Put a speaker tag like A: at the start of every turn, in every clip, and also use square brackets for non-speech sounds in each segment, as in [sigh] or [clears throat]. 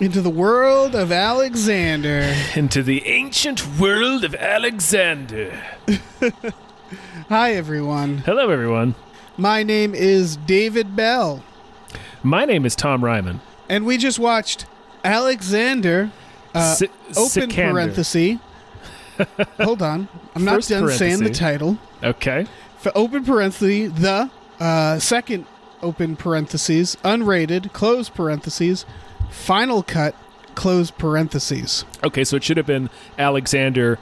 A: Into the world of Alexander.
B: Into the ancient world of Alexander.
A: Hi, everyone.
B: Hello, everyone.
A: My name is David Bell,
B: My name is Tom Ryman.
A: and we just watched Alexander. Uh,
B: Si-
A: open
B: Sikander.
A: parenthesis. Hold on, I'm not
B: First
A: done saying the
B: parenthesis.
A: title.
B: Okay.
A: For open parenthesis, the uh, second open parentheses, unrated, close parentheses, final cut, close parentheses.
B: Okay, so it should have been Alexander,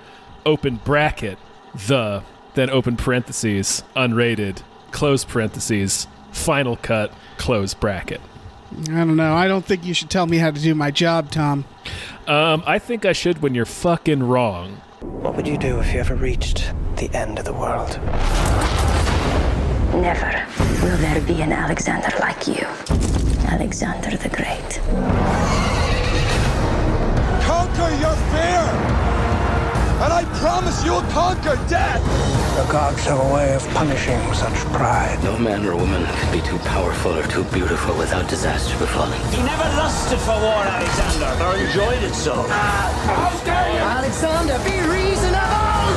B: open bracket, the, then open parentheses, unrated, close parentheses, final cut, close bracket.
A: I don't know. I don't think you should tell me how to do my job, Tom.
B: Um, I think I should when you're fucking wrong.
C: What would you do if you ever reached the end of the world?
D: Never will there be an Alexander like you. Alexander the Great.
E: conquer your fear. And I promise you'll conquer death.
C: The gods have a way of punishing such pride.
F: No man or woman could be too powerful or too beautiful without disaster befalling.
G: He never lusted for war, Alexander, or enjoyed it so.
C: Alexander, be reasonable!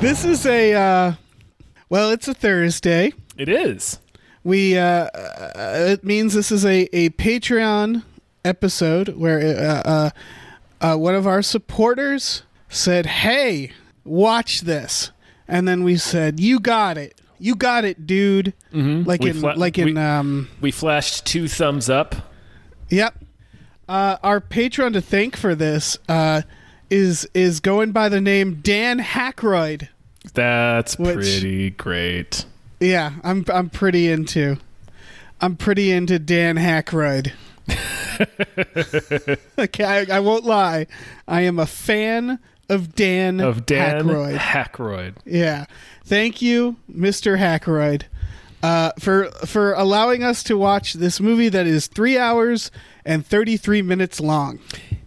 A: This is a uh, well, it's a Thursday.
B: It is.
A: We uh, uh, it means this is a, a Patreon episode where uh, uh, uh, one of our supporters said, "Hey, watch this," and then we said, "You got it, you got it, dude." Mm-hmm. Like
B: We
A: in
B: fla-
A: like in
B: we-
A: um,
B: We flashed two thumbs up.
A: yep. Uh, our patron to thank for this uh, is is going by the name Dan Hackroyd.
B: That's
A: Which-
B: pretty great.
A: Yeah, I'm I'm pretty into. I'm pretty into
B: [laughs]
A: Dan Hackroyd. okay, I, I won't lie. I am a fan of Dan
B: Of Dan
A: Hackroyd.
B: Hackroyd.
A: Yeah. Thank you, Mr. Hackroyd, uh, for for allowing us to watch this movie that is three hours and thirty three minutes long.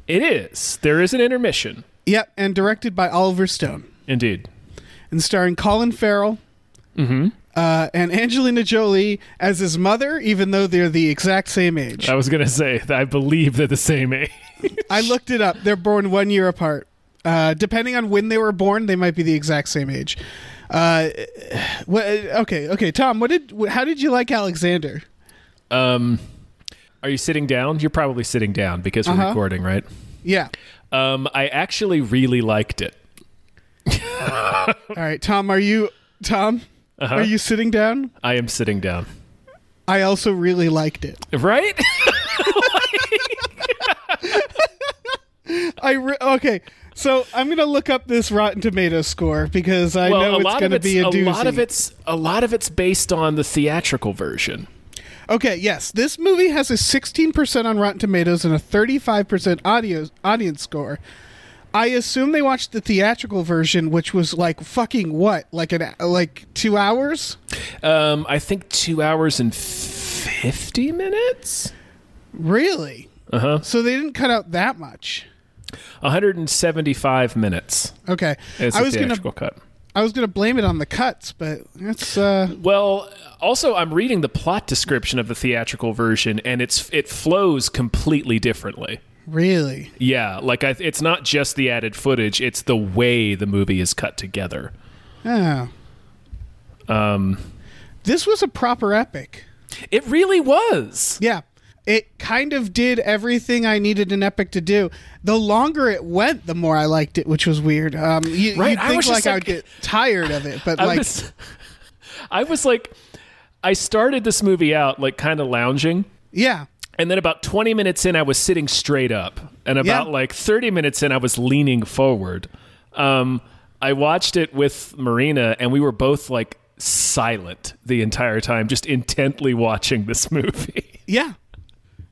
B: It is. There is an intermission.
A: Yep, and directed by Oliver Stone
B: Indeed.
A: and starring Colin Farrell. Uh, and Angelina Jolie as his mother, even though they're the exact same age.
B: I was going to say, I believe they're the same [laughs] age.
A: I looked it up. They're born one year apart. Uh, depending on when they were born, they might be the exact same age. Uh, what, okay, okay, Tom. What did? wh- How did you like Alexander?
B: Um, are you sitting down? You're probably sitting down because we're
A: Uh-huh.
B: recording, right?
A: Yeah.
B: Um, I actually really liked it.
A: All right, Tom. Are you Tom? Are you sitting down?
B: I am sitting down.
A: I also really liked it. [laughs]
B: Right?
A: I re- okay. So I'm gonna look up this Rotten Tomato score because I know it's gonna be a
B: a
A: doozy.
B: lot of it's a lot of it's based on the theatrical version.
A: Okay, yes. This movie has a 16% on Rotten Tomatoes and a 35% audio, audience score. I assume they watched the theatrical version, which was like fucking what? Like an like 2 hours?
B: Um, I think two hours and fifty minutes,
A: Really? Uh-huh. So they didn't cut out that much.
B: one hundred and seventy-five minutes
A: Okay.
B: is
A: I
B: the
A: was going
B: theatrical
A: to
B: cut.
A: I was going to blame it on the cuts, but that's uh
B: Well, also I'm reading the plot description of the theatrical version, and it's it flows completely differently.
A: really.
B: Yeah, like I, it's not just the added footage; it's the way the movie is cut together.
A: Oh.
B: Um,
A: This was a proper epic.
B: it really was.
A: Yeah. It kind of did everything I needed an epic to do. The longer it went, the more I liked it, which was weird. Um, you,
B: Right,
A: You'd
B: I
A: think
B: was
A: like,
B: just
A: I
B: like-
A: would get tired of it,
B: [laughs]
A: but
B: I
A: like,
B: was, I was like, I started this movie out like kind of lounging,
A: yeah,
B: and then about 20 minutes in, I was sitting straight up, and about
A: Yeah.
B: like 30 minutes in, I was leaning forward. Um, I watched it with Marina, and we were both like silent the entire time, just intently watching this [laughs] movie.
A: yeah,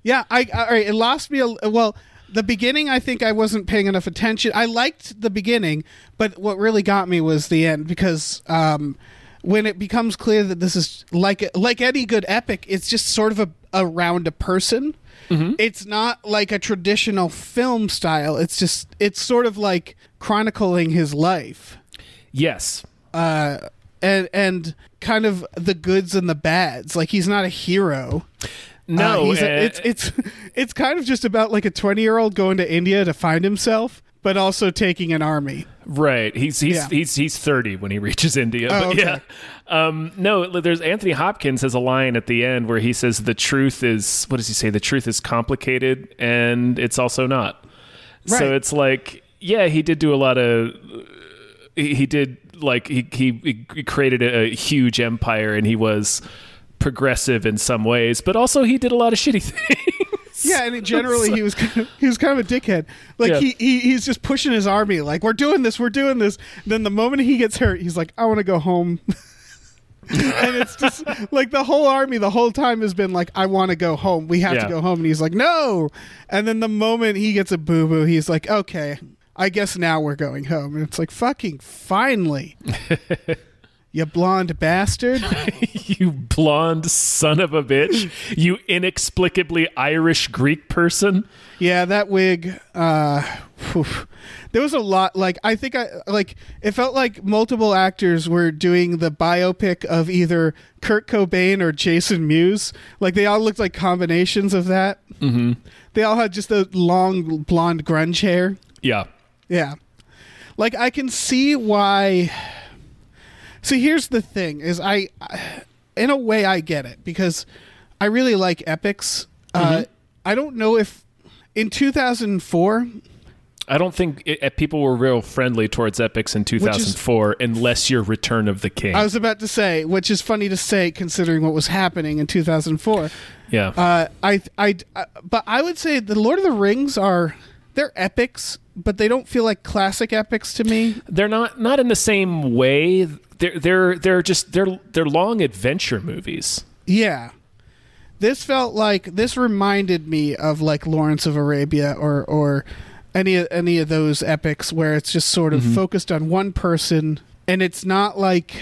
A: yeah. I I- all right. It lost me. A, well, the beginning, I think I wasn't paying enough attention. I liked the beginning, but what really got me was the end because um, when it becomes clear that this is like like any good epic, it's just sort of a around a person. It's not like a traditional film style. It's just it's sort of like chronicling his life
B: Yes.
A: Uh, and and kind of the goods and the bads. Like he's not a hero.
B: No,
A: Uh, he's a-
B: uh,
A: it's it's [laughs] it's kind of just about like a twenty year old going to India to find himself, but also taking an army.
B: Right. He's he's
A: Yeah. Oh,
B: he's he's 30 when he reaches India. but
A: okay.
B: yeah. Um no, there's Anthony Hopkins has a line at the end where he says the truth is what does he say? The truth is complicated and it's also not.
A: Right.
B: So it's like yeah, he did do a lot of he, he did like he he, he created a, a huge empire and he was progressive in some ways, but also he did a lot of shitty [laughs] things.
A: Yeah, and it- generally he was kind of, he was kind of a dickhead. Like
B: Yeah.
A: he, he he's just pushing his army. Like we're doing this, we're doing this. Then the moment he gets hurt, he's like, I want to go home. [laughs] and it's just like the whole army the whole time has been like, I want to go home. We have
B: Yeah.
A: to go home. And he's like, No. And then the moment he gets a boo boo, he's like, Okay, I guess now we're going home. And it's like, fucking
B: [laughs]
A: finally. You blonde bastard.
B: you blonde son of a bitch. You inexplicably Irish Greek person.
A: Yeah, that wig. Uh, phew. there was a lot. Like I think I like it felt like multiple actors were doing the biopic of either Kurt Cobain or Jason Mewes. Like they all looked like combinations of that. Mm-hmm. They all had just the long blonde grunge hair.
B: Yeah.
A: Yeah. Like I can see why See, here's the thing is I in a way I get it because I really like epics. Uh I don't know if in 2004
B: I don't think i people were real friendly towards epics in 2004 unless you're Return of the King.
A: I was about to say, which is funny to say considering what was happening in 2004.
B: yeah.
A: Uh I I uh, but I would say the Lord of the Rings are they're epics, but they don't feel like classic epics to me.
B: they're not not in the same way. They're they're they're just they're they're long adventure movies.
A: Yeah. This felt like this reminded me of like Lawrence of Arabia or or any any of those epics where it's just sort of focused on one person and it's not like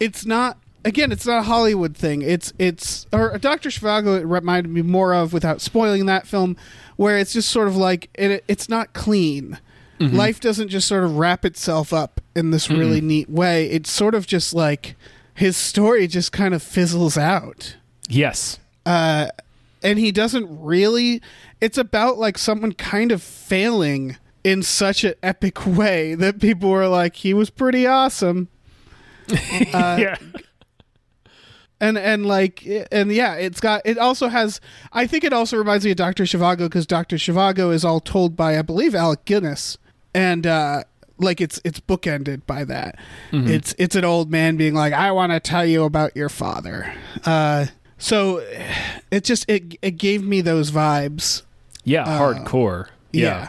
A: it's not again it's not a Hollywood thing. It's it's or Dr. Zhivago it reminded me more of without spoiling that film where it's just sort of like it it's not clean. Life doesn't just sort of wrap itself up in this really neat way. It's sort of just like his story just kind of fizzles out
B: Yes.
A: and he doesn't really it's about like someone kind of failing in such an epic way that people were like he was pretty awesome Uh,
B: yeah.
A: and and like and yeah it's got it also has i think it also reminds me of dr shivago because dr shivago is all told by i believe alec guinness and uh like it's it's bookended by that
B: Mm-hmm.
A: it's it's an old man being like i want to tell you about your father uh so it just it, it gave me those vibes
B: Yeah, hardcore.
A: uh, Yeah.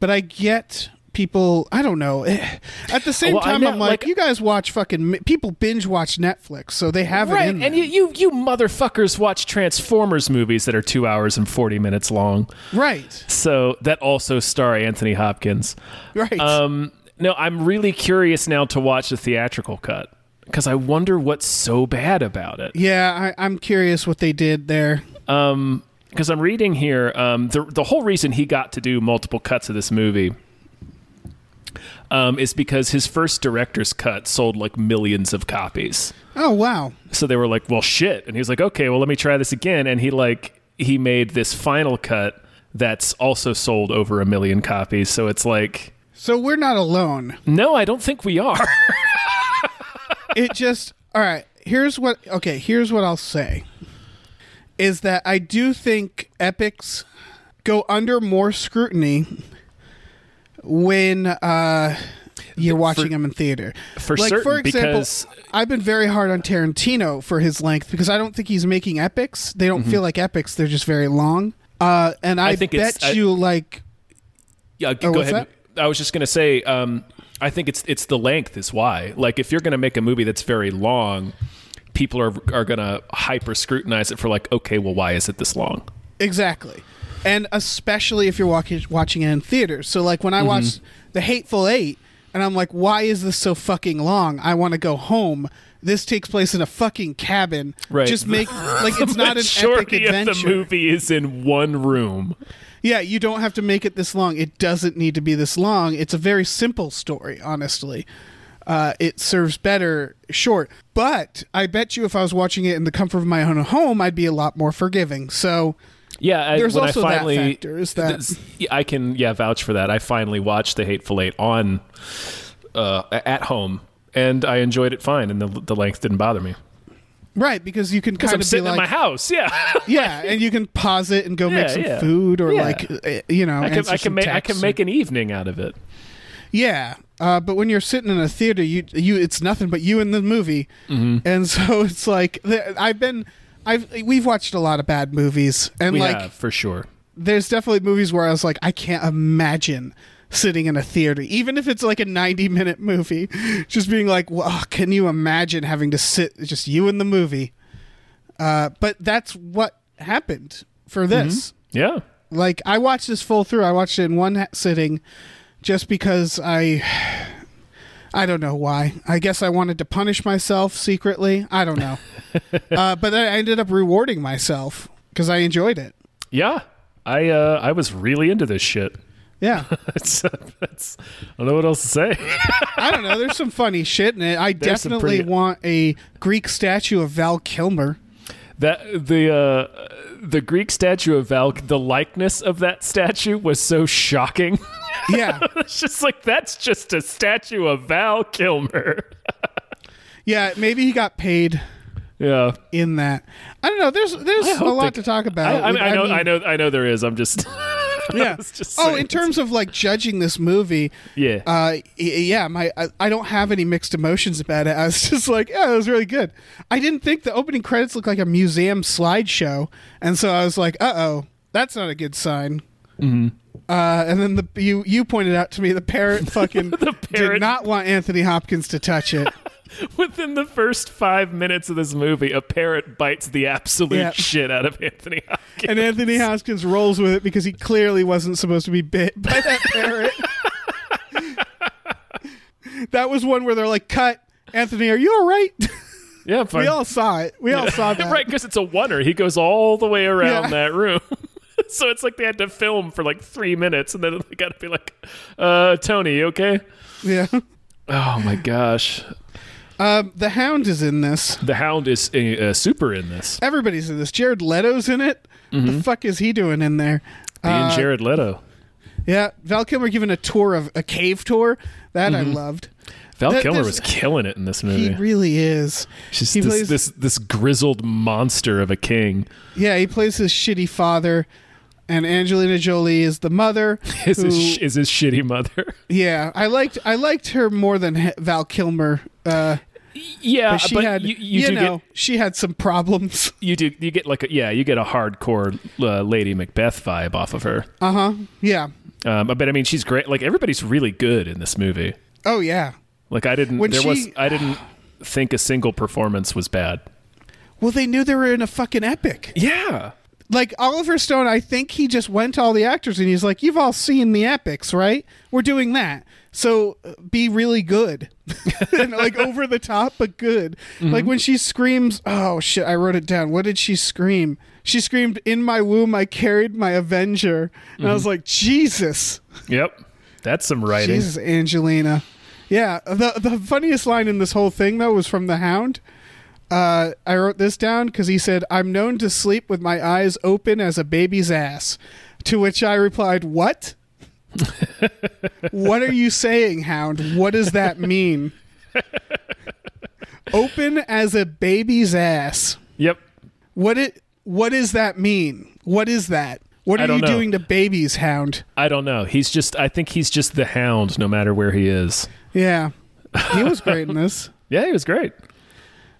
A: But I get people, I don't know. [laughs] At the same
B: Well, I
A: time,
B: know,
A: I'm like,
B: like-
A: you guys watch fucking, people binge watch Netflix, so they have it
B: Right,
A: in
B: and
A: them.
B: you, you you motherfuckers watch Transformers movies that are two hours and forty minutes long.
A: right,
B: So that also star Anthony Hopkins.
A: right.
B: Um, no, I'm really curious now to watch the theatrical cut because I wonder what's so bad about it.
A: yeah, I, I'm curious what they did there.
B: Because I'm reading here, um, the the whole reason he got to do multiple cuts of this movie. Um, is because his first director's cut sold like millions of copies.
A: Oh, wow.
B: So they were like, "Well, shit," and he was like, "Okay, well, let me try this again." And he like he made this final cut that's also sold over a million copies. So it's like,
A: So we're not
B: [laughs]
A: alone.
B: no, I don't think we are.
A: it just all right here's what okay here's what i'll say is that i do think epics go under more scrutiny when uh you're watching them in theater
B: for
A: like for
B: certain,
A: example
B: because-
A: i've been very hard on tarantino for his length because i don't think he's making epics they don't feel like epics they're just very long uh and i,
B: think it's-
A: bet
B: Mm-hmm. I-
A: you like
B: Yeah, g-
A: Oh,
B: go
A: what's
B: ahead. I was just gonna say, um, I think it's it's the length is why. Like, if you're gonna make a movie that's very long, people are are gonna hyper scrutinize it for like, okay, well, why is it this long?
A: Exactly. and especially if you're walking, watching it in theaters. So like
B: Mm-hmm.
A: when I watched The Hateful Eight, and I'm like, why is this so fucking long? I want to go home. This takes place in a fucking cabin.
B: Right. [laughs]
A: Just make like it's not an epic
B: Majority
A: adventure.
B: of the movie is in one room.
A: Yeah, you don't have to make it this long. It doesn't need to be this long. It's a very simple story, honestly. Uh, it serves better short. But I bet you if I was watching it in the comfort of my own home, I'd be a lot more forgiving. So
B: Yeah, I,
A: There's
B: when
A: also
B: I
A: that
B: finally,
A: factor, is that-
B: This- I can yeah vouch for that. I finally watched The Hateful Eight on uh, at home, and I enjoyed it fine, and the, the length didn't bother me.
A: Right, because you can kind
B: I'm
A: of
B: sitting
A: be
B: in
A: like,
B: my house, yeah. [laughs]
A: yeah, and you can pause it and go
B: Yeah,
A: make some
B: yeah.
A: food or
B: Yeah.
A: like, uh, you know,
B: I can,
A: answer
B: I can
A: some
B: make I
A: texts
B: can
A: or-
B: make an evening out of it.
A: Yeah, uh, but when you're sitting in a theater, you you it's nothing but you and the movie, and [laughs] so it's like th- I've been. I've, we've watched a lot of bad movies, and
B: We
A: like
B: have for sure.
A: there's definitely movies where I was like, I can't imagine sitting in a theater, even if it's like a 90 minute movie, [laughs] just being like, well, can you imagine having to sit it's just you in the movie? Uh, but that's what happened for
B: Mm-hmm.
A: this.
B: Yeah,
A: Like, I watched this full through. I watched it in one ha- sitting, just because I, I don't know why. I guess I wanted to punish myself secretly. I
B: [laughs]
A: don't know. uh, but I ended up rewarding myself because I enjoyed it.
B: yeah. I uh, I was really into this shit. [laughs]
A: Yeah.
B: It's, it's, I don't know what else to say. [laughs]
A: I don't know. There's some funny shit in it. I
B: There's some
A: definitely
B: pretty-
A: want a Greek statue of Val Kilmer.
B: That the uh, the Greek statue of Valk, the likeness of that statue was so shocking. [laughs]
A: Yeah,
B: it's just like that's just a statue of Val Kilmer. [laughs]
A: yeah. Maybe he got paid
B: Yeah,
A: in that. I don't know. There's there's
B: I
A: a
B: hope
A: lot
B: they-
A: to talk about.
B: I, I, mean, I know,
A: mean,
B: I know, [laughs] I know there is. I'm just [laughs]
A: Yeah.
B: was just
A: oh,
B: saying
A: in
B: it's-
A: terms of like judging this movie.
B: Yeah.
A: Uh, y- yeah. My I, I don't have any mixed emotions about it. [laughs] I was just like, yeah, it was really good. I didn't think the opening credits looked like a museum slideshow, and so I was like, uh oh, that's not a good sign. Uh, and then the you you pointed out to me the parrot fucking
B: parrot.
A: did not want Anthony Hopkins to touch it.
B: [laughs] within the first five minutes of this movie, a parrot bites the absolute
A: Yeah.
B: shit out of Anthony Hopkins.
A: and Anthony Hopkins rolls with it because he clearly wasn't supposed to be bit by that parrot. that was one where they're like, "Cut, Anthony, are you all right?" [laughs]
B: yeah, I'm fine.
A: we all saw it. We
B: [laughs]
A: all saw that.
B: right, because it's a oneer. He goes all the way around
A: Yeah.
B: that room. [laughs] so it's like they had to film for like three minutes, and then they got to be like, uh, "Tony, you okay?"
A: Yeah.
B: Oh my gosh,
A: Um, the Hound is in this.
B: the Hound is uh, uh, super in this.
A: Everybody's in this. Jared Leto's in it.
B: Mm-hmm.
A: The fuck is he doing in there?
B: Being
A: Uh,
B: Jared Leto.
A: Yeah, Val Kilmer giving a tour of a cave tour. That
B: Mm-hmm.
A: I loved.
B: Val
A: Th-
B: Kilmer
A: this-
B: was killing it in this
A: He
B: movie.
A: really is.
B: Just
A: he
B: Oh, this,
A: plays-
B: this this grizzled monster of a king.
A: Yeah, he plays his shitty father, and Angelina Jolie is
B: [laughs]
A: the mother.
B: Is his
A: who-
B: sh- is his shitty
A: [laughs]
B: mother? [laughs]
A: Yeah, I liked I liked her more than he- Val Kilmer. Uh,
B: Yeah,
A: but she had you,
B: do
A: know
B: get
A: she had some problems. [laughs]
B: you do you get like a, yeah you get a hardcore uh, Lady Macbeth vibe off of her.
A: Yeah.
B: Um, but I mean she's great. Like everybody's really good in this movie.
A: Oh yeah.
B: Like I didn't
A: When
B: there was
A: she-
B: I didn't think a single performance was bad.
A: Well, they knew they were in a fucking epic.
B: Yeah.
A: Like Oliver Stone, I think he just went to all the actors and he's like, "You've all seen the epics, right? We're doing that. So uh, be really good, [laughs] and, like over the top, but good. Like when she screams, "Oh shit!" I wrote it down. What did she scream? She screamed, "In my womb, I carried my Avenger," and I was like, "Jesus."
B: Yep. That's some writing.
A: Jesus, Angelina. Yeah, the the funniest line in this whole thing though was from the Hound. Uh, I wrote this down because he said, "I'm known to sleep with my eyes open as a baby's ass," to which I replied, "What? what are you saying, Hound? What does that
B: [laughs]
A: mean? open as a baby's ass.
B: Yep.
A: What it? What does that mean? What is that? What
B: I
A: are
B: don't
A: you
B: know.
A: doing to babies, Hound?
B: I don't know. He's just I think he's just the hound no matter where he is.
A: Yeah, he was great in this."
B: Yeah, he was great.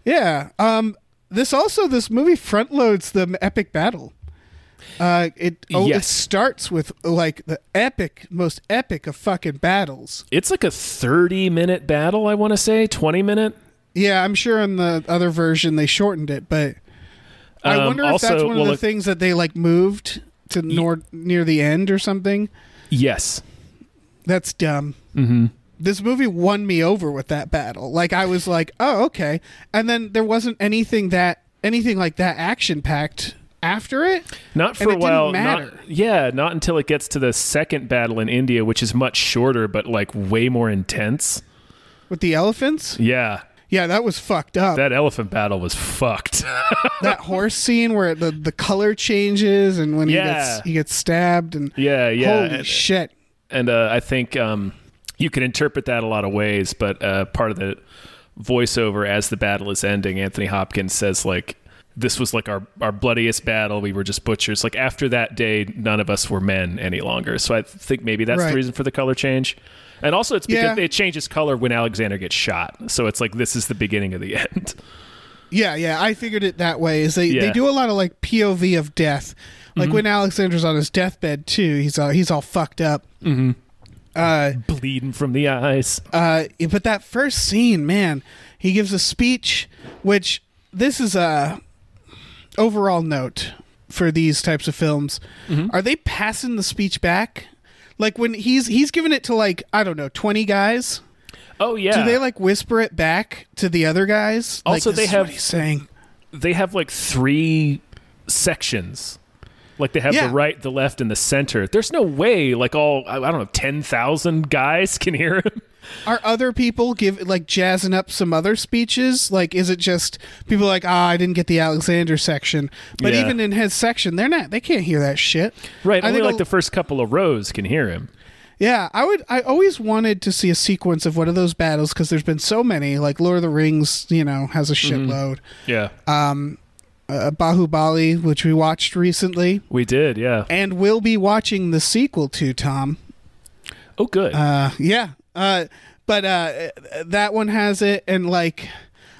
A: Yeah. Um. This also this movie front loads the epic battle. Uh, it oh, it
B: Yes.
A: starts with like the epic, most epic of fucking battles.
B: It's like a 30 minute battle, I want to say, 20 minute.
A: Yeah, I'm sure in the other version they shortened it, but I
B: Um,
A: wonder if
B: also-
A: that's one
B: well,
A: of the
B: it-
A: things that they like moved to nor- near the end or something.
B: Yes.
A: That's dumb. Mm-hmm. This movie won me over with that battle. Like I was like, oh okay, and then there wasn't anything that anything like that action packed after it.
B: Not for
A: and
B: a
A: it
B: while.
A: Didn't
B: not-
A: matter.
B: yeah, not until it gets to the second battle in India, which is much shorter but like way more intense.
A: with the elephants.
B: Yeah.
A: Yeah, that was fucked up. That,
B: That elephant battle was fucked. [laughs]
A: horse scene where the the color changes and when
B: Yeah.
A: he gets he gets stabbed and
B: yeah, yeah.
A: holy
B: and
A: shit.
B: and, uh, I think um, you can interpret that a lot of ways, but uh, part of the voiceover as the battle is ending, Anthony Hopkins says, like, this was like our, our bloodiest battle. We were just butchers. Like, after that day, none of us were men any longer. So I think maybe that's
A: Right.
B: the reason for the color change. And also, it's because
A: Yeah.
B: it changes color when Alexander gets shot. So it's like, this is the beginning of the [laughs] end.
A: Yeah, yeah, I figured it that way. Is they,
B: Yeah. Mm-hmm.
A: they do a lot of like POV of death, like when Alexander's on his deathbed too. He's all he's all fucked up.
B: Mm-hmm. Bleeding from the eyes.
A: Uh, but that first scene, man, he gives a speech, which this is a overall note for these types of films.
B: Mm-hmm.
A: Are they passing the speech back? Like when he's he's giving it to like I don't know twenty guys.
B: Oh, yeah.
A: Do they like whisper it back to the other guys? Like,
B: Also,
A: this
B: they
A: is what
B: have-
A: he's saying.
B: they have like three sections. Like they have
A: Yeah.
B: the right, the left, and the center. There's no way like all I I don't know ten thousand guys can hear
A: [laughs]
B: him.
A: Are other people give like jazzing up some other speeches? Like, is it just people like ah, I didn't get the Alexander section? But
B: Yeah.
A: even in his section, they're not. They can't hear that shit.
B: Right,
A: I
B: only
A: think
B: like
A: a-
B: the first couple of rows can hear him.
A: Yeah, I would. I always wanted to see a sequence of one of those battles because there's been so many. Like Lord of the Rings, you know, has a shitload.
B: Yeah,
A: Uh, Bahubali, which we watched recently,
B: we did. Yeah.
A: and we'll be watching the sequel to Tom.
B: Oh, good.
A: Uh, yeah. Uh, but uh, that one has it, and like,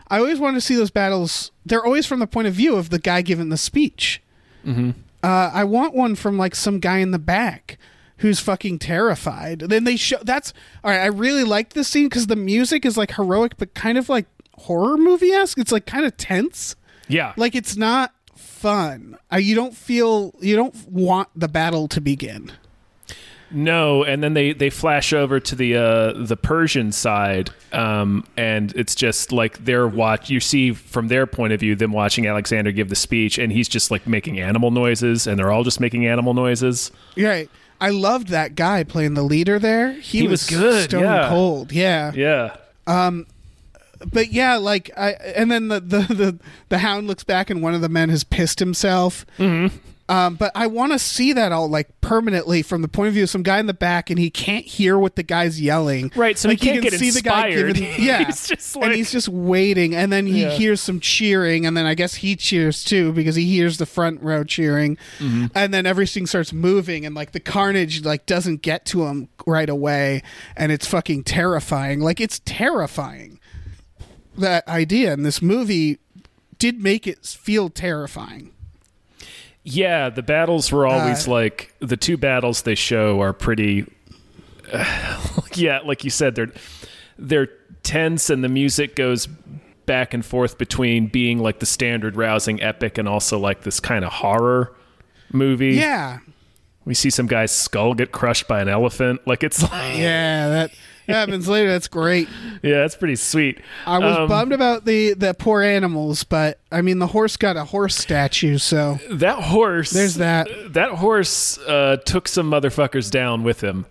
A: I always wanted to see those battles. They're always from the point of view of the guy giving the speech. Mm-hmm. Uh, I want one from like some guy in the back who's fucking terrified. Then they show that's all right. I really liked this scene because the music is like heroic, but kind of like horror movie esque. It's like kind of tense.
B: yeah.
A: Like it's not fun. Uh, you don't feel you don't want the battle to begin.
B: No, and then they they flash over to the uh, the Persian side, um, and it's just like they're watch. You see from their point of view them watching Alexander give the speech, and he's just like making animal noises, and they're all just making animal noises.
A: Right. I loved that guy playing the leader there. He,
B: He was good,
A: stone
B: yeah.
A: cold. Yeah.
B: Yeah,
A: but yeah, like I. And then the the the, the hound looks back, and one of the men has pissed himself. Mm-hmm. Um, but I want to see that all like permanently from the point of view of some guy in the back, and he can't hear what the guy's yelling.
B: Right, so he
A: like,
B: can't
A: can
B: get
A: see The guy
B: inspired. [laughs]
A: giving, yeah,
B: He's just
A: and
B: like-
A: he's just waiting, and then he hears some cheering, and then I guess he cheers too because he hears the front row cheering,
B: Mm-hmm.
A: and then everything starts moving, and like the carnage like doesn't get to him right away, and it's fucking terrifying. Like it's terrifying. That idea in this movie did make it feel terrifying.
B: Yeah, the battles were
A: Uh,
B: always like the two battles they show are pretty. [sighs] yeah, like you said, they're they're tense, and the music goes back and forth between being like the standard rousing epic and also like this kind of horror movie.
A: Yeah,
B: we see some guy's skull get crushed by an elephant. Like it's like, [laughs]
A: yeah, that happens later. That's great.
B: yeah, that's pretty sweet.
A: I was
B: Um,
A: bummed about the the poor animals, but I mean the horse got a horse statue, so
B: that horse.
A: There's that.
B: That horse uh, took some motherfuckers down with him.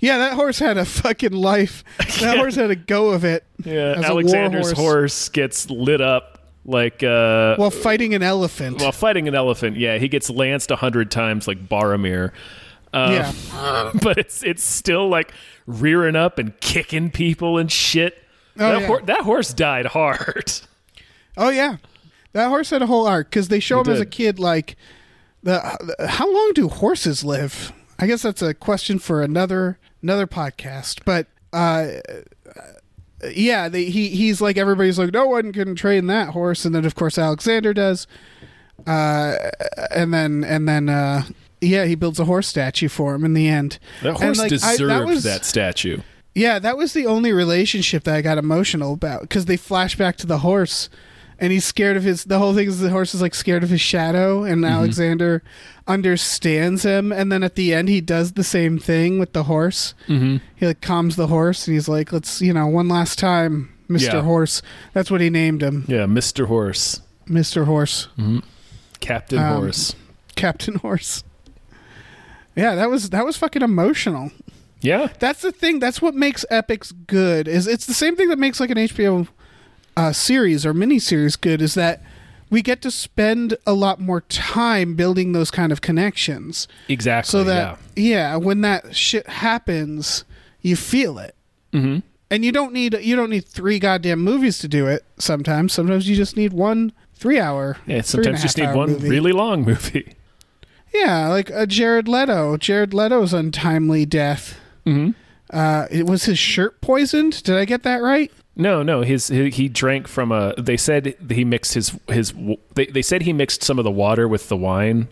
A: yeah, that horse had a fucking life.
B: [laughs]
A: That horse had a go of it.
B: Yeah,
A: as a war
B: Alexander's horse gets lit up like uh
A: while fighting an elephant.
B: while fighting an elephant. Yeah, he gets lanced a hundred times like Boromir, [laughs]
A: yeah,
B: uh, but it's it's still like rearing up and kicking people and shit. that,
A: Oh, yeah.
B: that horse died hard. [laughs]
A: oh yeah, that horse had a whole arc because they show him as a
B: did.
A: kid. Like the, the how long do horses live? I guess that's a question for another another podcast, but. uh yeah, they, he he's like everybody's like no one can train that horse, and then of course Alexander does, uh, and then and then uh, yeah, he builds a horse statue for him in the end. And, like, I- was-
B: statue.
A: Yeah, that was the only relationship that I got emotional about because they flash back to the horse and he's scared of his. The whole thing is the horse is like scared of his shadow, and Alexander understands him. And then at the end, he does the same thing with the horse. Mm-hmm. He like calms the horse, and he's like, "Let's, you know, one last time, Mister
B: Yeah.
A: Horse." That's what he named him,
B: Yeah, Mr. Horse,
A: Mister Horse,
B: Captain
A: Um,
B: Horse.
A: Captain [laughs] Horse. Yeah, that was that was fucking emotional.
B: Yeah.
A: That's the thing. That's what makes epics good. Is it's the same thing that makes like an HBO uh, series or miniseries good. Is that we get to spend a lot more time building those kind of connections,
B: Exactly.
A: so that yeah, when that shit happens, you feel it. Mm-hmm. And you don't need you don't need three goddamn movies to do it. Sometimes, sometimes you just need one three hour.
B: yeah. yeah
A: three and
B: sometimes
A: a
B: you just
A: half
B: need
A: hour
B: one
A: movie.
B: really long movie.
A: Yeah, like uh, Jared Leto. Jared Leto's untimely death.
B: Mm-hmm.
A: Uh, it was his shirt poisoned. Did I get that right?
B: No, no, his he, he drank from a. They said he mixed his his. w- They, they said he mixed some of the water with the wine,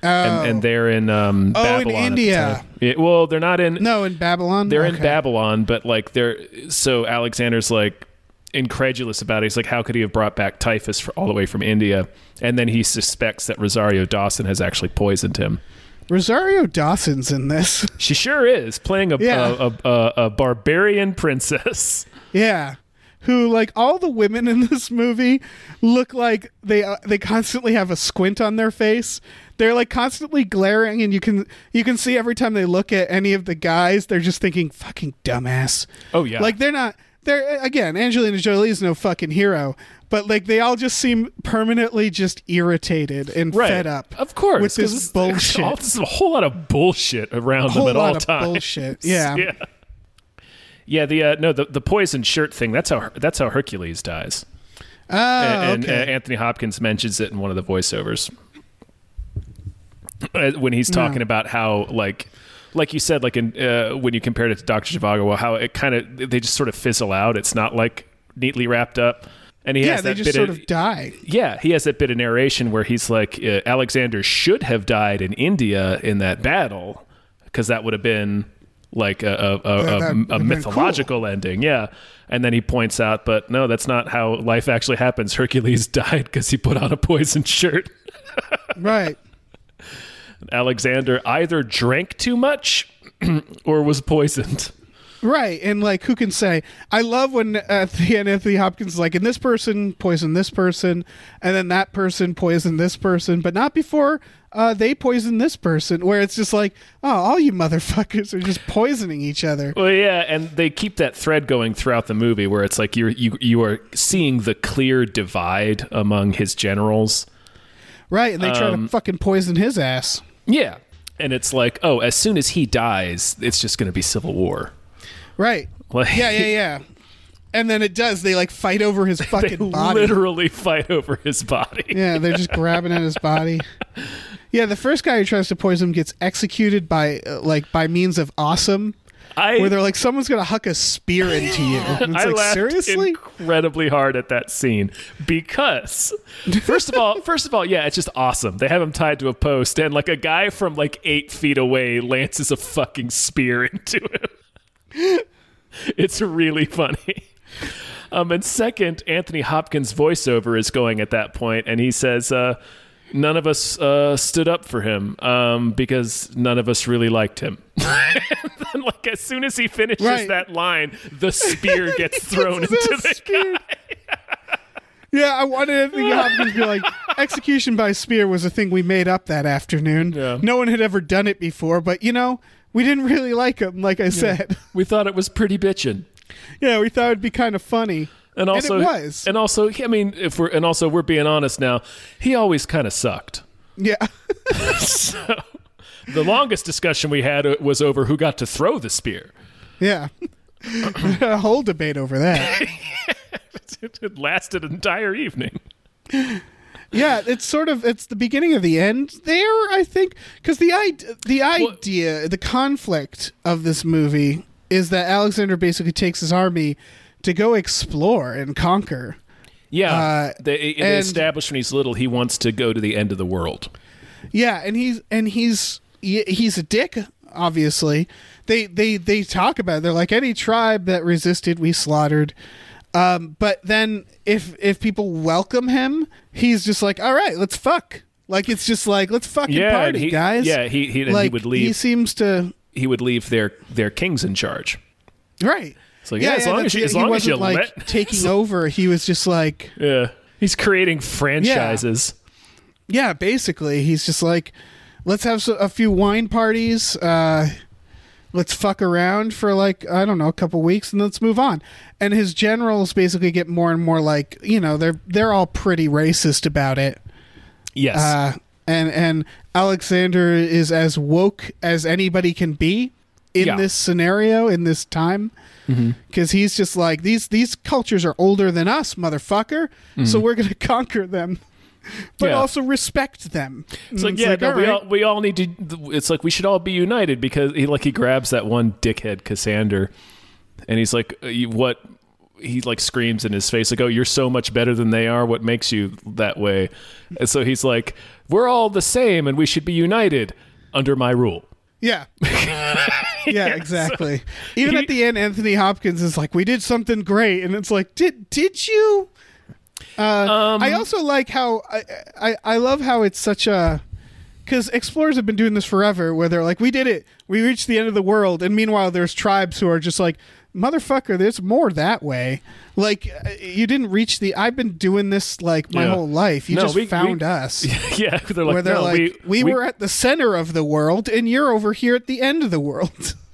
B: and, and they're in um,
A: Oh,
B: Babylon.
A: in
B: at the
A: India.
B: time. Yeah, well, they're not in.
A: No, in Babylon.
B: they're in
A: Okay.
B: Babylon, but like they're so Alexander's like incredulous about it. He's like, how could he have brought back typhus for, all the way from India? And then he suspects that Rosario Dawson has actually poisoned him.
A: Rosario Dawson's in this. [laughs]
B: She sure is playing a
A: Yeah.
B: a, a, a, a barbarian princess. [laughs]
A: yeah, who like all the women in [laughs] this movie look like they uh, they constantly have a squint on their face. They're like constantly glaring, and you can you can see every time they look at any of the guys, they're just thinking "fucking dumbass."
B: Oh, yeah.
A: like they're not. They're again, Angelina Jolie is no fucking hero, but like they all just seem permanently just irritated and fed up.
B: Of course,
A: with
B: 'cause
A: this
B: it's-
A: bullshit.
B: All, this is a whole lot of bullshit around
A: Whole
B: them at
A: lot
B: all
A: of
B: times. [laughs]
A: bullshit, yeah.
B: yeah, Yeah, The uh, no, the, the poison shirt thing. That's how that's how Hercules dies.
A: oh,
B: and
A: okay.
B: uh, Anthony Hopkins mentions it in one of the voiceovers Uh, when he's talking about how like. Like you said, like in uh, when you compared it to Doctor Zhivago, well, how it kind of they just sort of fizzle out. It's not like neatly wrapped up, and he
A: yeah,
B: has
A: they
B: that
A: just
B: bit
A: sort
B: of,
A: of die.
B: yeah, he has that bit of narration where he's like, uh, Alexander should have died in India in that battle because that would have been like a, a, a,
A: that
B: a,
A: would have
B: a
A: been
B: mythological ending. Yeah. And then he points out, but no, that's not how life actually happens. Hercules [laughs] died because he put on a poison shirt. [laughs]
A: Right.
B: Alexander either drank too much [clears throat] or was poisoned.
A: Right, and like who can say? I love when at the end [laughs] Anthony Hopkins is like, and this person poisoned this person, and then that person poisoned this person, but not before uh, they poisoned this person. Where it's just like, oh, all you motherfuckers are just poisoning each other.
B: Well, yeah, and they keep that thread going throughout the movie, where it's like you you you are seeing the clear divide among his generals.
A: Right, and they try
B: Um,
A: to fucking poison his ass.
B: Yeah. And it's like, oh, as soon as he dies, it's just going to be civil war.
A: Right.
B: Like-
A: yeah, yeah, yeah. And then it does. They like fight over his
B: [laughs] They
A: fucking body.
B: literally fight over his body.
A: Yeah, they're just grabbing at his
B: [laughs]
A: body. Yeah, the first guy who tries to poison him gets executed by uh, like by means of awesome.
B: I,
A: where they're like, someone's gonna huck a spear into you. And it's
B: I
A: like,
B: laughed
A: seriously?
B: incredibly hard at that scene because, first
A: [laughs]
B: of all, first of all, yeah, it's just awesome. They have him tied to a post, and like a guy from like eight feet away lances a fucking spear [laughs] into him. it's really funny. Um, and second, Anthony Hopkins' voiceover is going at that point, and he says, uh, "None of us uh, stood up for him um, because none of us really liked him." [laughs] and then, like as soon as he finishes
A: Right.
B: that line, the spear gets thrown into
A: This
B: the
A: spear. [laughs] Yeah, I wanted Anthony Hopkins to be like, execution by spear was a thing we made up that afternoon.
B: Yeah.
A: No one had ever done it before, but you know, we didn't really like him, like I said.
B: [laughs]
A: [laughs]
B: We thought it was pretty bitchin'.
A: yeah, we thought it'd be kind of funny.
B: And also,
A: it was.
B: and also, I mean, if we're and also we're being honest now, he always kind of sucked.
A: yeah. [laughs]
B: so, the longest discussion we had uh, was over who got to throw the spear. [laughs]
A: yeah. [laughs] a whole debate over that.
B: it lasted an entire evening.
A: Yeah, it's sort of it's the beginning of the end there, I think, because the id- the idea, the conflict of this movie is that Alexander basically takes his army to go explore and conquer.
B: Yeah,
A: Uh,
B: they, it- it
A: and-
B: established when he's little he wants to go to the end of the world.
A: Yeah, and he's and he's he- he's a dick. Obviously, they they they talk about it. they're like any tribe that resisted, we slaughtered. Um, but then if if people welcome him, he's just like, all right, let's fuck. Like it's just like let's fucking
B: Yeah, and
A: party,
B: he-
A: guys.
B: yeah, he- he- and he
A: like,
B: would leave.
A: He seems to
B: He would leave their their kings in charge.
A: right.
B: like, yeah, as long
A: that's
B: as you-
A: it.
B: as
A: He
B: long as you
A: wasn't, like
B: [laughs] let-
A: taking over, he was just like,
B: Yeah, he's creating franchises.
A: yeah, basically, he's just like, let's have so, a few wine parties. Uh, let's fuck around for like I don't know a couple weeks, and let's move on. And his generals basically get more and more like you know they're they're all pretty racist about it.
B: Yes,
A: Uh, and and Alexander is as woke as anybody can be in
B: Yeah. Mm-hmm.
A: this scenario in this time because he's just like these these cultures are older than us, motherfucker. So we're gonna [laughs] conquer them, but
B: Mm-hmm. Yeah.
A: also respect them. Mm,
B: it's like yeah, no,
A: all
B: we
A: right.
B: all we all need to. It's like we should all be united because he like he grabs that one dickhead Cassander, and he's like, uh, you- what? He like screams in his face like, "Oh, you're so much better than they are. What makes you that way?" And so he's like, "We're all the same, and we should be united under my rule." [laughs]
A: yeah. yeah, exactly. Even at the end, Anthony Hopkins is like, "We did something great," and it's like, "Did did you?" Uh,
B: Um,
A: I also like how I, I I love how it's such a because explorers have been doing this forever, where they're like, "We did it, we reached the end of the world," and meanwhile, there's tribes who are just like, "Motherfucker, there's more that way." Like, uh, you didn't reach the. I've been doing this like my
B: Yeah.
A: whole life. You
B: No,
A: just
B: we- we-
A: found us.
B: yeah, [laughs] they're like,
A: Where they're
B: "No,
A: like, we,
B: we,
A: were at the center of the world, and you're over here at the end of the world. [laughs]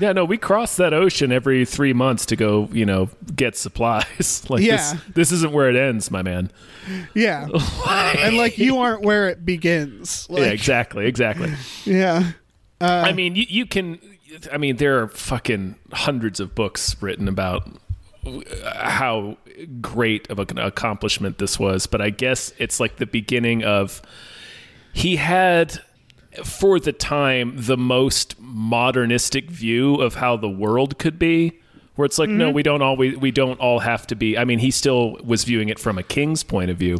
B: Yeah, no, we cross that ocean every three months to go, you know, get supplies. [laughs] like,
A: Yeah.
B: this, this isn't where it ends, my man.
A: Yeah. and [laughs] like you aren't where it begins. Like,
B: [laughs] yeah, exactly, exactly.
A: Yeah.
B: I mean, you, you can. I mean, there are fucking hundreds of books written about how great of an accomplishment this was, but I guess it's like the beginning of. He had, for the time, the most modernistic view of how the world could be. Where it's like, no,
A: Mm-hmm.
B: we don't all we, we don't all have to be. I mean, he still was viewing it from a king's point of view,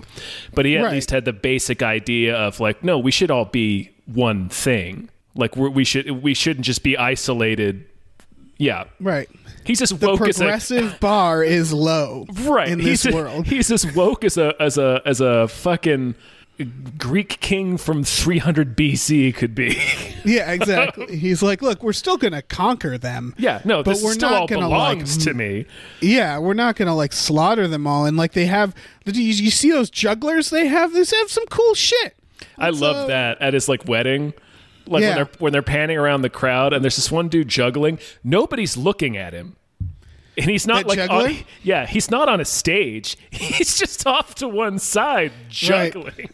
B: but he at
A: Right.
B: least had the basic idea of like, no, we should all be one thing. Like we're, we should we shouldn't just be isolated. Yeah,
A: Right.
B: he's just
A: The
B: woke as a
A: progressive bar is low
B: right
A: in
B: he's
A: this
B: a-
A: world.
B: He's as woke as a as a as a fucking Greek king from 300 BC could be. [laughs]
A: yeah, exactly. He's like, look, we're still gonna conquer them.
B: yeah, no,
A: but
B: this
A: we're
B: still
A: not
B: all
A: gonna
B: belongs
A: like,
B: to me.
A: Yeah, we're not gonna like slaughter them all. And like they have, did you, you see those jugglers they have? They have some cool shit.
B: I love
A: a-
B: that at his like wedding. Like
A: Yeah.
B: when they're when they're panning around the crowd and there's this one dude juggling, nobody's looking at him. And he's not
A: That
B: like on-
A: juggler?
B: [laughs] yeah, he's not on a stage. [laughs] He's just off to one side juggling.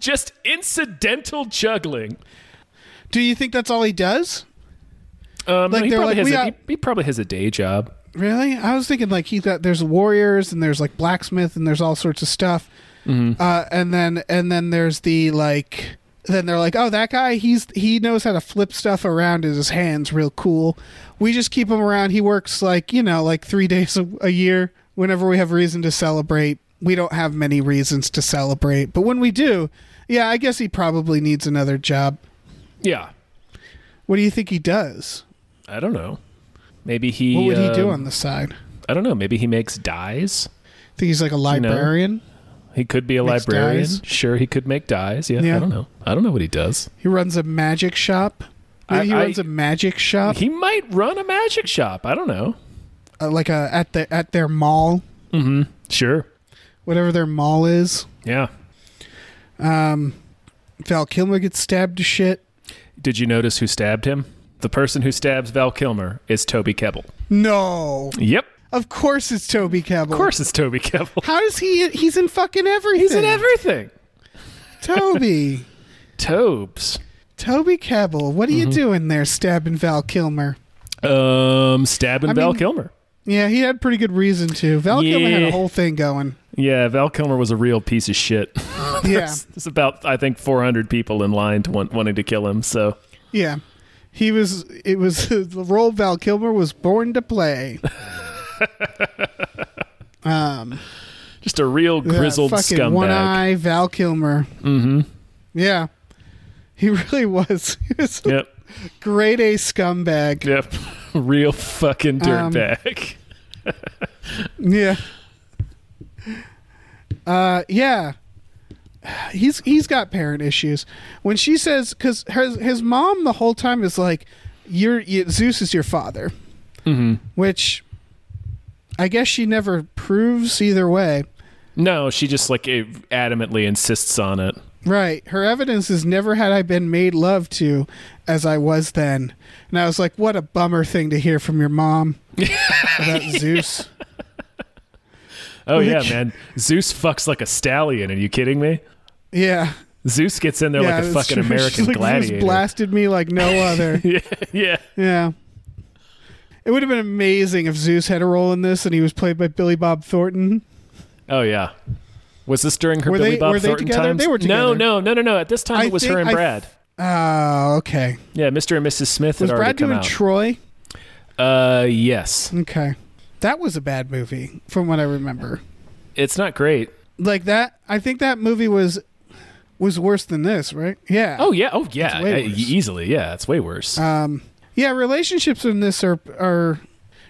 B: Just incidental juggling.
A: Do you think that's all he does?
B: Um, no,
A: Like,
B: he,
A: they're
B: probably
A: like,
B: has
A: "We
B: a,
A: got-
B: he, he probably has a day job.
A: Really? I was thinking like he got there's warriors and there's like blacksmith and there's all sorts of stuff. Uh, and then and then there's the like then they're like, "Oh, that guy, he's he knows how to flip stuff around in his hands real cool. We just keep him around. He works like, you know, like 3 [laughs] days a, a year whenever we have reason to celebrate. We don't have many reasons to celebrate, but when we do, yeah, I guess he probably needs another job.
B: Yeah,
A: What do you think he does?
B: I don't know. Maybe he.
A: What would he do
B: um,
A: on the side?
B: I don't know. Maybe he makes dyes.
A: Think he's like a
B: know.
A: librarian?
B: He could be a
A: Makes
B: librarian.
A: dyes?
B: Sure, he could make dyes. Yeah,
A: Yeah.
B: I don't know. I don't know what he does.
A: He runs a magic shop. Maybe
B: I-
A: he runs
B: I-
A: a magic shop,
B: He might run a magic shop. I don't know.
A: uh, like a at the at their mall,
B: Sure.
A: whatever their mall is.
B: Yeah.
A: Val Kilmer gets stabbed to shit.
B: Did you notice who stabbed him? The person who stabs Val Kilmer is Toby Kebbell.
A: No,
B: Yep.
A: of course it's Toby Kebbell.
B: Of course, it's Toby Kebbell. [laughs]
A: How does he? He's in fucking everything.
B: He's in everything. [laughs]
A: Toby.
B: Tobes.
A: Toby Kebbell. What are
B: Mm-hmm.
A: you doing there, stabbing Val Kilmer?
B: Um, stabbing
A: I
B: Val
A: mean-
B: Kilmer.
A: Yeah, he had pretty good reason to. Val Kilmer had
B: Yeah.
A: a whole thing going.
B: Yeah, Val Kilmer was a real piece of shit.
A: Yeah,
B: There's about I think 400 people in line to want, wanting to kill him. So
A: yeah. He was. It was [laughs] the role Val Kilmer was born to play.
B: just a real
A: Yeah,
B: grizzled
A: fucking
B: scumbag.
A: One eye Val Kilmer. Mm-hmm. Yeah. He [laughs] really was. He was a
B: Yep,
A: grade A
B: [laughs]
A: scumbag.
B: yep, real fucking
A: Um,
B: dirtbag.
A: Yeah. Uh, yeah. He's he's got parent issues. When she says, because his his mom the whole time is like, "You're you, Zeus is your father," mm-hmm. which I guess she never proves either way.
B: No, she just like adamantly insists on it.
A: Right. Her evidence is never had I been made love to as I was then. And I was like, what a bummer thing to hear from your mom
B: [laughs]
A: about Zeus.
B: Oh yeah,
A: Like-
B: man. Zeus fucks like a stallion. Are you kidding me?
A: Yeah.
B: Zeus gets in there like a
A: that's
B: fucking
A: true. [laughs]
B: American
A: She's like,
B: gladiator.
A: Just blasted me like no other.
B: [laughs] yeah, yeah.
A: yeah. It would have been amazing if Zeus had a role in this and he was played by Billy Bob Thornton.
B: Oh yeah. Was this during her
A: Were
B: Billy
A: they-
B: Bob
A: were they
B: Thornton
A: together?
B: times?
A: They were
B: No,
A: together.
B: no, no, no, no. At this time
A: I
B: it was
A: think
B: her and
A: I-
B: Brad.
A: Oh, okay.
B: yeah, Mr. and Mrs. Smith
A: Was
B: had
A: Brad
B: already come
A: doing
B: out.
A: Troy?
B: uh, yes.
A: Okay. That was a bad movie from what I remember.
B: It's not great.
A: Like that I think that movie was was worse than this, right? Yeah.
B: Oh yeah. Oh yeah.
A: way
B: Uh,
A: worse. Uh,
B: easily. Yeah, it's way worse.
A: Yeah, relationships in this are are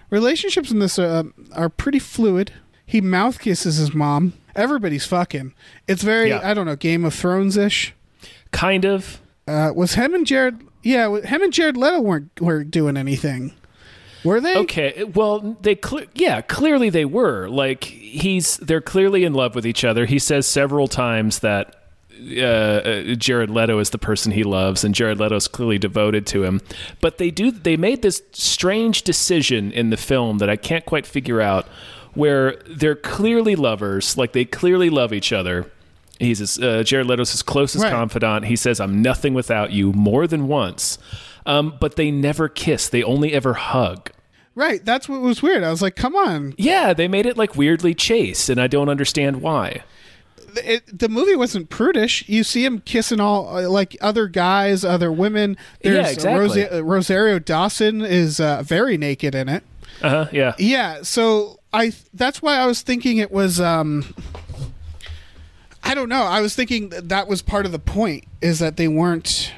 A: relationships in this are, are pretty fluid. He mouth kisses his mom. Everybody's fucking. It's very
B: Yeah.
A: I don't know Game of Thrones ish.
B: kind of.
A: Uh, was him and Jared? Yeah, wa- him and Jared Leto weren't weren't doing anything. Were they?
B: Okay. Well, they cle- yeah, clearly they were. Like he's they're clearly in love with each other. He says several times that uh, uh, Jared Leto is the person he loves and Jared Leto's clearly devoted to him. But they do they made this strange decision in the film that I can't quite figure out where they're clearly lovers, like they clearly love each other. He's his, uh, Jared Leto's his closest
A: Right.
B: confidant. He says, "I'm nothing without you," more than once, um, but they never kiss. They only ever hug.
A: Right. That's what was weird. I was like, come on.
B: Yeah, they made it like weirdly chaste, and I don't understand why.
A: Th- It, the movie wasn't prudish. You see him kissing all uh, like other guys, other women. There's uh,
B: exactly.
A: Rosa- uh, Rosario Dawson is uh, very naked in it.
B: Uh huh. Yeah.
A: Yeah, so I that's why I was thinking it was um I don't know. I was thinking that, that was part of the point is that they weren't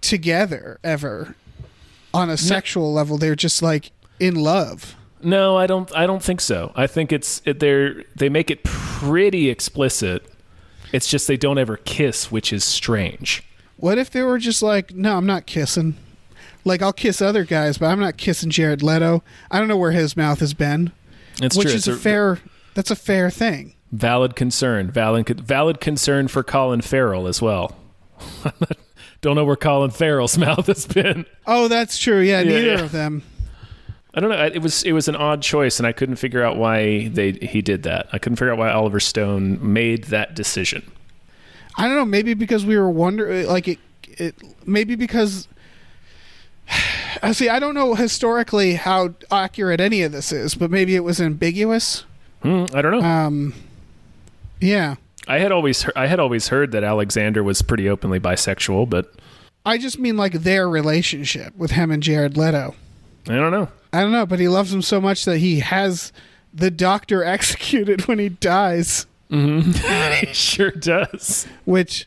A: together ever on a sexual level. They're just like in love.
B: No, I don't. I don't think so. I think it's it, they're they make it pretty explicit. It's just they don't ever kiss, which is strange.
A: What if they were just like, "No, I'm not kissing." Like I'll kiss other guys, but I'm not kissing Jared Leto. I don't know where his mouth has been.
B: It's
A: which
B: true.
A: is
B: It's
A: a fair that's a fair thing.
B: valid concern. Valid valid concern for Colin Farrell as well. [laughs] don't know where Colin Farrell's [laughs] mouth has been.
A: Oh, that's true. Yeah, neither
B: yeah.
A: of them.
B: I don't know. I- It was it was an odd choice, and I couldn't figure out why they he did that. I couldn't figure out why Oliver Stone made that decision.
A: I don't know. Maybe because we were wondering, like it, it. Maybe because. [sighs] I see. I don't know historically how accurate any of this is, but maybe it was ambiguous.
B: Hmm, I don't know.
A: Yeah,
B: I had always he- I had always heard that Alexander was pretty openly bisexual, but
A: I just mean like their relationship with him and Jared Leto.
B: I don't
A: [laughs]
B: know.
A: I don't know, but he loves him so much that he has the doctor [laughs] executed when he dies,
B: He sure does.
A: which.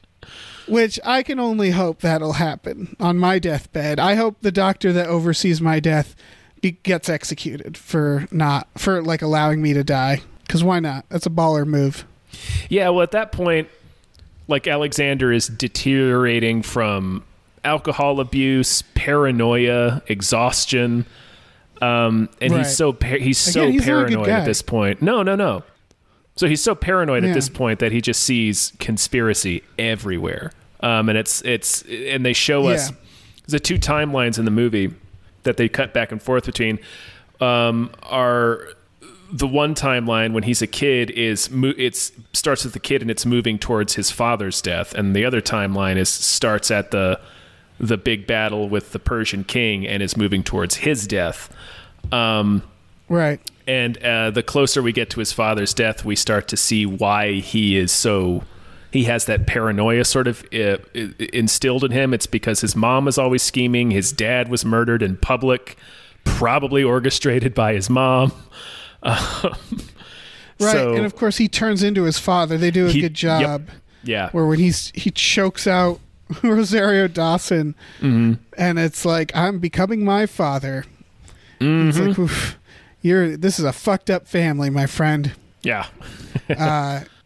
A: Which I can only hope that'll happen on my deathbed. I hope the doctor that oversees my death be- gets executed for not for like allowing me to die. Because why not? That's a baller move.
B: Yeah. Well, at that point, like Alexander is deteriorating from alcohol abuse, paranoia, exhaustion, um, and
A: Right.
B: he's so par- he's so
A: Again, he's not a good
B: paranoid at
A: guy.
B: this point. No, no, no. So he's so paranoid at
A: Yeah.
B: this point that he just sees conspiracy everywhere, um, and it's it's and they show us
A: Yeah.
B: the two timelines in the movie that they cut back and forth between um, are the one timeline when he's a kid is mo- it's starts with the kid and it's moving towards his father's death, and the other timeline is starts at the the big battle with the Persian king and is moving towards his death. Um,
A: Right.
B: and uh, the closer we get to his father's death, we start to see why he is so. He has that paranoia sort of uh, i- instilled in him. It's because his mom is always scheming. His dad was murdered in public, probably orchestrated by his mom. Um,
A: Right.
B: so-
A: and of course, he turns into his father. They do a
B: He-
A: good
B: yep.
A: job.
B: yeah,
A: Where when he's he chokes out [laughs] Rosario Dawson,
B: Mm-hmm. Mm-hmm.
A: and it's like I'm becoming my father. It's like, oof, You're this is a fucked up family, my friend.
B: Yeah.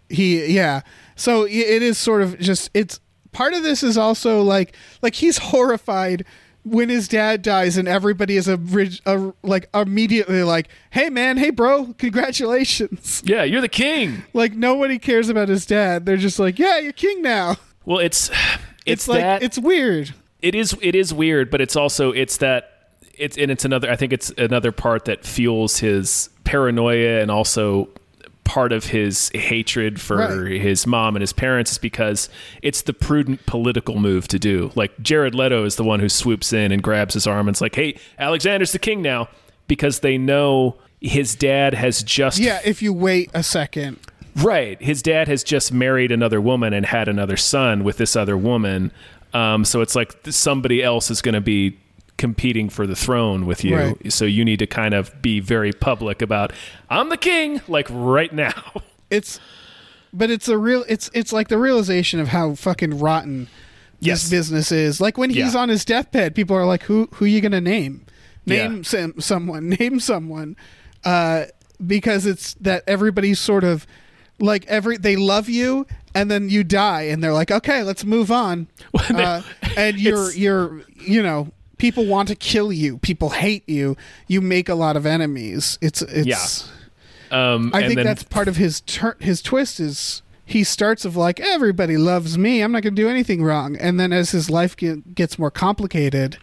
A: he yeah so i- it is sort of just it's part of this is also like like he's horrified when his dad dies and everybody is a, a like immediately like hey man hey bro congratulations [laughs]
B: Yeah, you're the king.
A: like nobody cares about his dad they're just like yeah you're king now [laughs] it's,
B: Well, it's [sighs] it's,
A: like
B: that
A: it's weird
B: it is it is weird, but it's also it's that it's and it's another I think it's another part that fuels his paranoia and also part of his hatred for
A: Right.
B: his mom and his parents is because it's the prudent political move to do. Like Jared Leto is the one who swoops in and grabs his arm and's like, "Hey, Alexander's the king now," because they know his dad has just
A: yeah if you wait a second
B: Right. His dad has just married another woman and had another son with this other woman. Um, so it's like th- somebody else is going to be competing for the throne with you.
A: Right.
B: So you need to kind of be very public about, I'm the king, like right now. [laughs]
A: it's but it's a real it's it's like the realization of how fucking rotten
B: Yes.
A: this business is like when he's
B: Yeah.
A: on his deathbed people are like who who you gonna name
B: Yeah.
A: name some, someone [laughs] name someone uh because it's that everybody's sort of like every they love you and then you die and they're like okay let's
B: [laughs]
A: move on uh, and you're
B: It's-
A: you're you know people want to kill you people hate you you make a lot of enemies it's it's
B: Yeah. Um,
A: I
B: and
A: think
B: then-
A: that's part of his tur his twist is he starts of like everybody loves me. I'm not going to do anything wrong. And then as his life get, gets more complicated,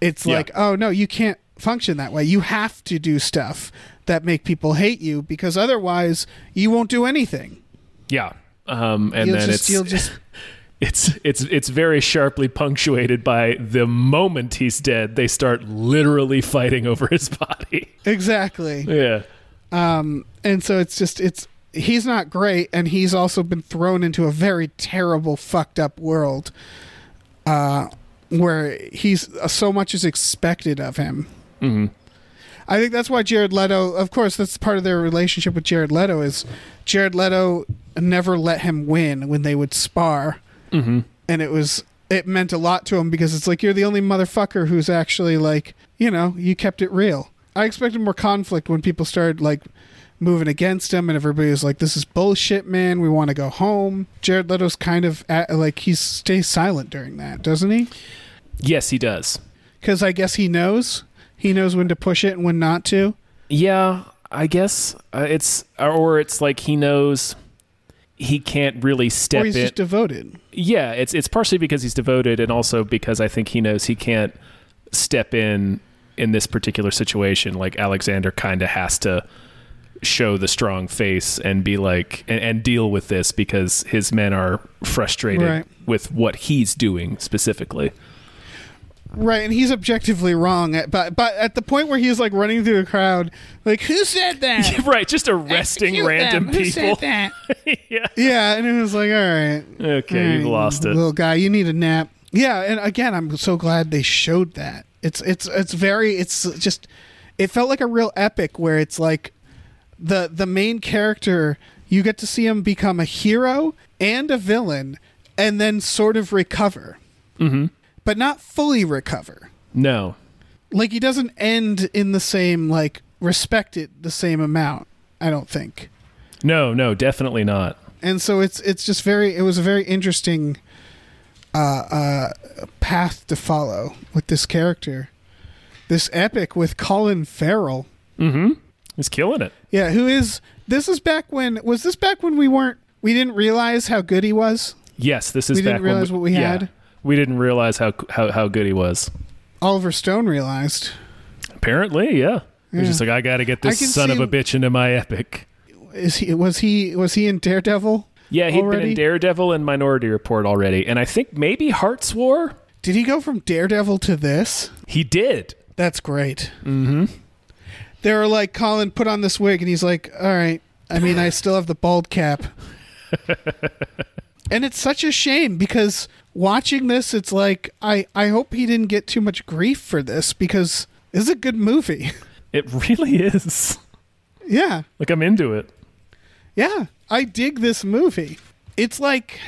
A: it's
B: Yeah.
A: like, oh no, you can't function that way. You have to do stuff that make people hate you because otherwise you won't do anything.
B: yeah. Um, and
A: You'll
B: then
A: just
B: it's, [laughs]
A: you'll just
B: it's it's it's very sharply punctuated by the moment he's dead, they start literally fighting over his [laughs] body.
A: exactly.
B: yeah.
A: And so it's just it's he's not great and he's also been thrown into a very terrible fucked up world uh where he's uh, so much is expected of him. I think that's why Jared Leto, of course, that's part of their relationship with Jared Leto is Jared Leto never let him win when they would spar. And it was it meant a lot to him because it's like you're the only motherfucker who's actually like, you know, you kept it real. I expected more conflict when people started like moving against him and everybody was like this is bullshit, man. We want to go home. Jared Leto's kind of at, like he stays silent during that, doesn't he?
B: Yes, he does.
A: Cuz I guess he knows. He knows when to push it and when not to.
B: Yeah, I guess uh, it's or it's like he knows he can't really step
A: Or he's
B: in.
A: just devoted.
B: yeah, it's it's partially because he's devoted, and also because I think he knows he can't step in in this particular situation. Like Alexander kind of has to show the strong face and be like and, and deal with this because his men are frustrated
A: Right.
B: with what he's doing specifically. [laughs]
A: Right, and he's objectively wrong, at, but but at the point where he's like running through the crowd, like who said that?
B: right, just [laughs] arresting
A: Execute
B: random
A: them. Who
B: people.
A: said
B: [laughs]
A: that? yeah, and it was like, all right,
B: Okay,
A: all
B: you've
A: right,
B: lost it.
A: little guy. You need a nap. Yeah, and again, I'm so glad they showed that. It's it's it's very it's just it felt like a real epic where it's like the the main character you get to see him become a hero and a villain, and then sort of recover, mm-hmm. but not fully recover
B: No,
A: like he doesn't end in the same like respected the same amount i don't think
B: no, no, definitely not.
A: and so it's it's just very it was a very interesting uh uh path to follow with this character this epic with colin farrell
B: He's killing it.
A: yeah who is this is back when was this back when we weren't we didn't realize how good he was
B: Yes, this is.
A: We didn't
B: back
A: realize
B: when
A: what we
B: yeah.
A: had.
B: We didn't realize how how how good he was.
A: oliver stone realized
B: Apparently, yeah. He's just like, I got to get this
A: I can
B: son of
A: see-
B: a bitch into my epic.
A: is he was he was he in daredevil
B: Yeah, he had been in
A: already?
B: Daredevil and Minority Report already, and I think maybe Hearts War.
A: did he go from daredevil to this
B: He did.
A: That's great. Mm-hmm. They were like, Colin, put on this wig, and he's like, all right. I mean, I still have the bald cap. and it's such a shame because watching this, it's like I I hope he didn't get too much grief for this because this is a good movie. [laughs]
B: It really is.
A: yeah,
B: Like I'm into it.
A: yeah, I dig this movie. It's like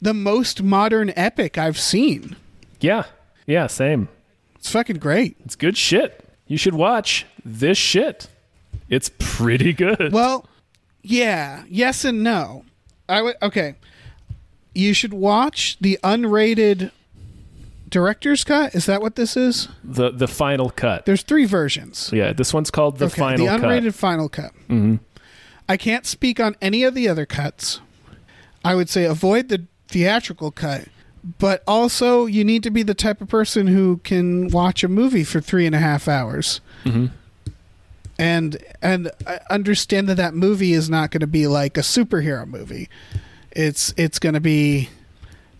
A: the most modern epic I've seen.
B: Yeah. Yeah. Same.
A: It's fucking great.
B: It's good shit. You should watch this shit. It's pretty good.
A: Well, yeah, yes and no. I would okay. You should watch the unrated director's cut. Is that what this is?
B: the the final cut.
A: There's three versions.
B: Yeah, this one's called the final
A: the
B: cut.
A: unrated final cut. Mm-hmm. I can't speak on any of the other cuts. I would say avoid the theatrical cut, but also you need to be the type of person who can watch a movie for three and a half hours,
B: Mm-hmm.
A: and and I understand that that movie is not going to be like a superhero movie. It's it's going to be,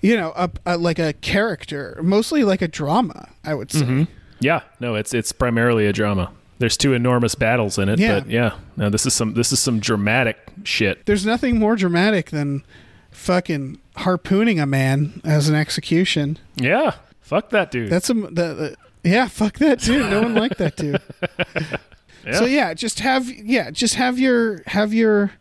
A: you know, a, a, like a character, mostly like a drama. I would say.
B: Yeah, no, it's it's primarily a drama. There's two enormous battles in it,
A: Yeah.
B: but yeah, no, this is some this is some dramatic shit.
A: there's nothing more dramatic than fucking harpooning a man as an execution.
B: Yeah, fuck that dude.
A: That's a the, the- yeah, fuck that dude. No one liked that dude. So yeah, just have yeah, just have your have your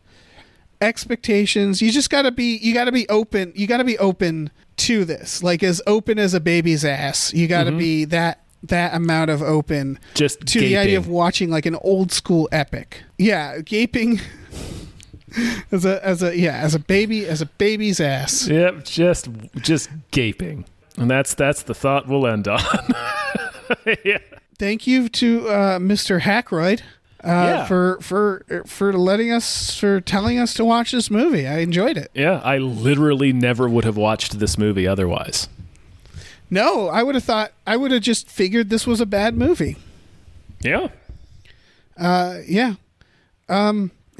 A: expectations. You just got to be you got to be open. You got to be open to this. Like as open as a baby's ass. You got to be that that amount of open
B: Just
A: to the idea of
B: gaping.
A: watching like an old school epic. Yeah, gaping [laughs] as a as a yeah, as a baby as a baby's ass.
B: Yep, just just gaping. And that's that's the thought we'll end on. [laughs] yeah.
A: thank you to uh, Mr. Hackroyd uh,
B: Yeah.
A: for for for letting us for telling us to watch this movie. I enjoyed it.
B: yeah, I literally never would have watched this movie otherwise.
A: No, I would have thought I would have just figured this was a bad movie.
B: Yeah.
A: Uh, yeah. Um.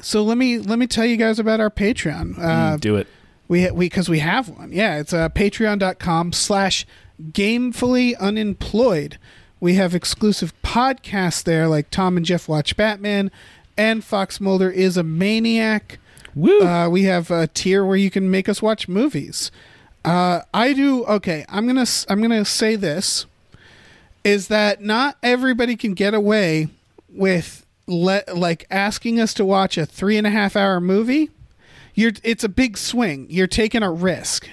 A: So let me let me tell you guys about our Patreon. Uh,
B: Do it.
A: we we because we have one. Yeah, it's uh, patreon.com slash gamefully unemployed. We have exclusive podcasts there, like Tom and Jeff Watch Batman, and Fox Mulder is a maniac.
B: Woo.
A: Uh, we have a tier where you can make us watch movies. Uh, I do okay. I'm gonna s- I'm gonna say this is that not everybody can get away with let like asking us to watch a three and a half hour movie. You're it's a big swing. You're taking a risk.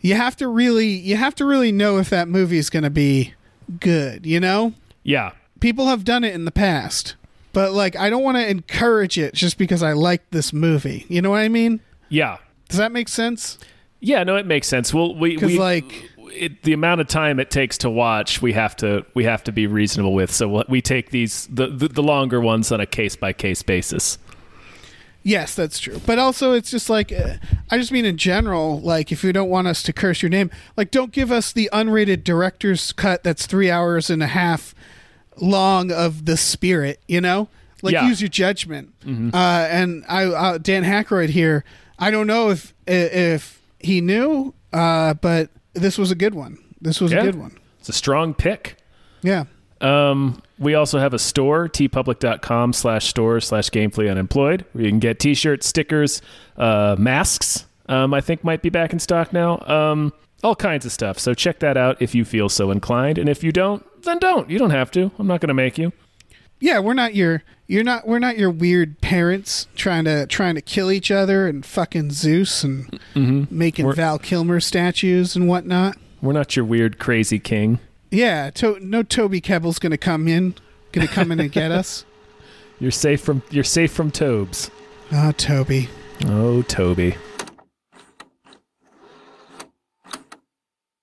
A: You have to really you have to really know if that movie is gonna be good. You know,
B: yeah.
A: people have done it in the past, but like I don't want to encourage it just because I like this movie. You know what I mean?
B: Yeah.
A: Does that make sense?
B: Yeah, no, it makes sense. Well, we
A: 'Cause,
B: we
A: like-
B: it, the amount of time it takes to watch, we have to we have to be reasonable with. So we'll- we take these the the, the longer ones on a case by case basis.
A: Yes, that's true. But also, it's just like uh, I just mean in general. Like, if you don't want us to curse your name, like don't give us the unrated director's cut that's three hours and a half long of the spirit. You know, like
B: Yeah. Mm-hmm.
A: use your judgment. Uh, and I, I, Dan Hackroyd here. I don't know if if he knew, uh, but this was a good one. This was
B: Yeah.
A: a good one.
B: It's a strong pick.
A: Yeah.
B: Um, we also have a store, tpublic.com slash store slash gamefully unemployed, where you can get t-shirts, stickers, uh, masks, um, I think might be back in stock now. Um, all kinds of stuff. So check that out if you feel so inclined. And if you don't, then don't. You don't have to. I'm not going to make you.
A: yeah, we're not your you're not we're not your weird parents trying to trying to kill each other and fucking Zeus and making Val Kilmer statues and whatnot.
B: We're not your weird crazy king.
A: Yeah, to, no Toby Kebbell's gonna come in, gonna come in and get us.
B: You're safe from you're safe from Tobes.
A: Ah, Toby.
B: Oh, Toby.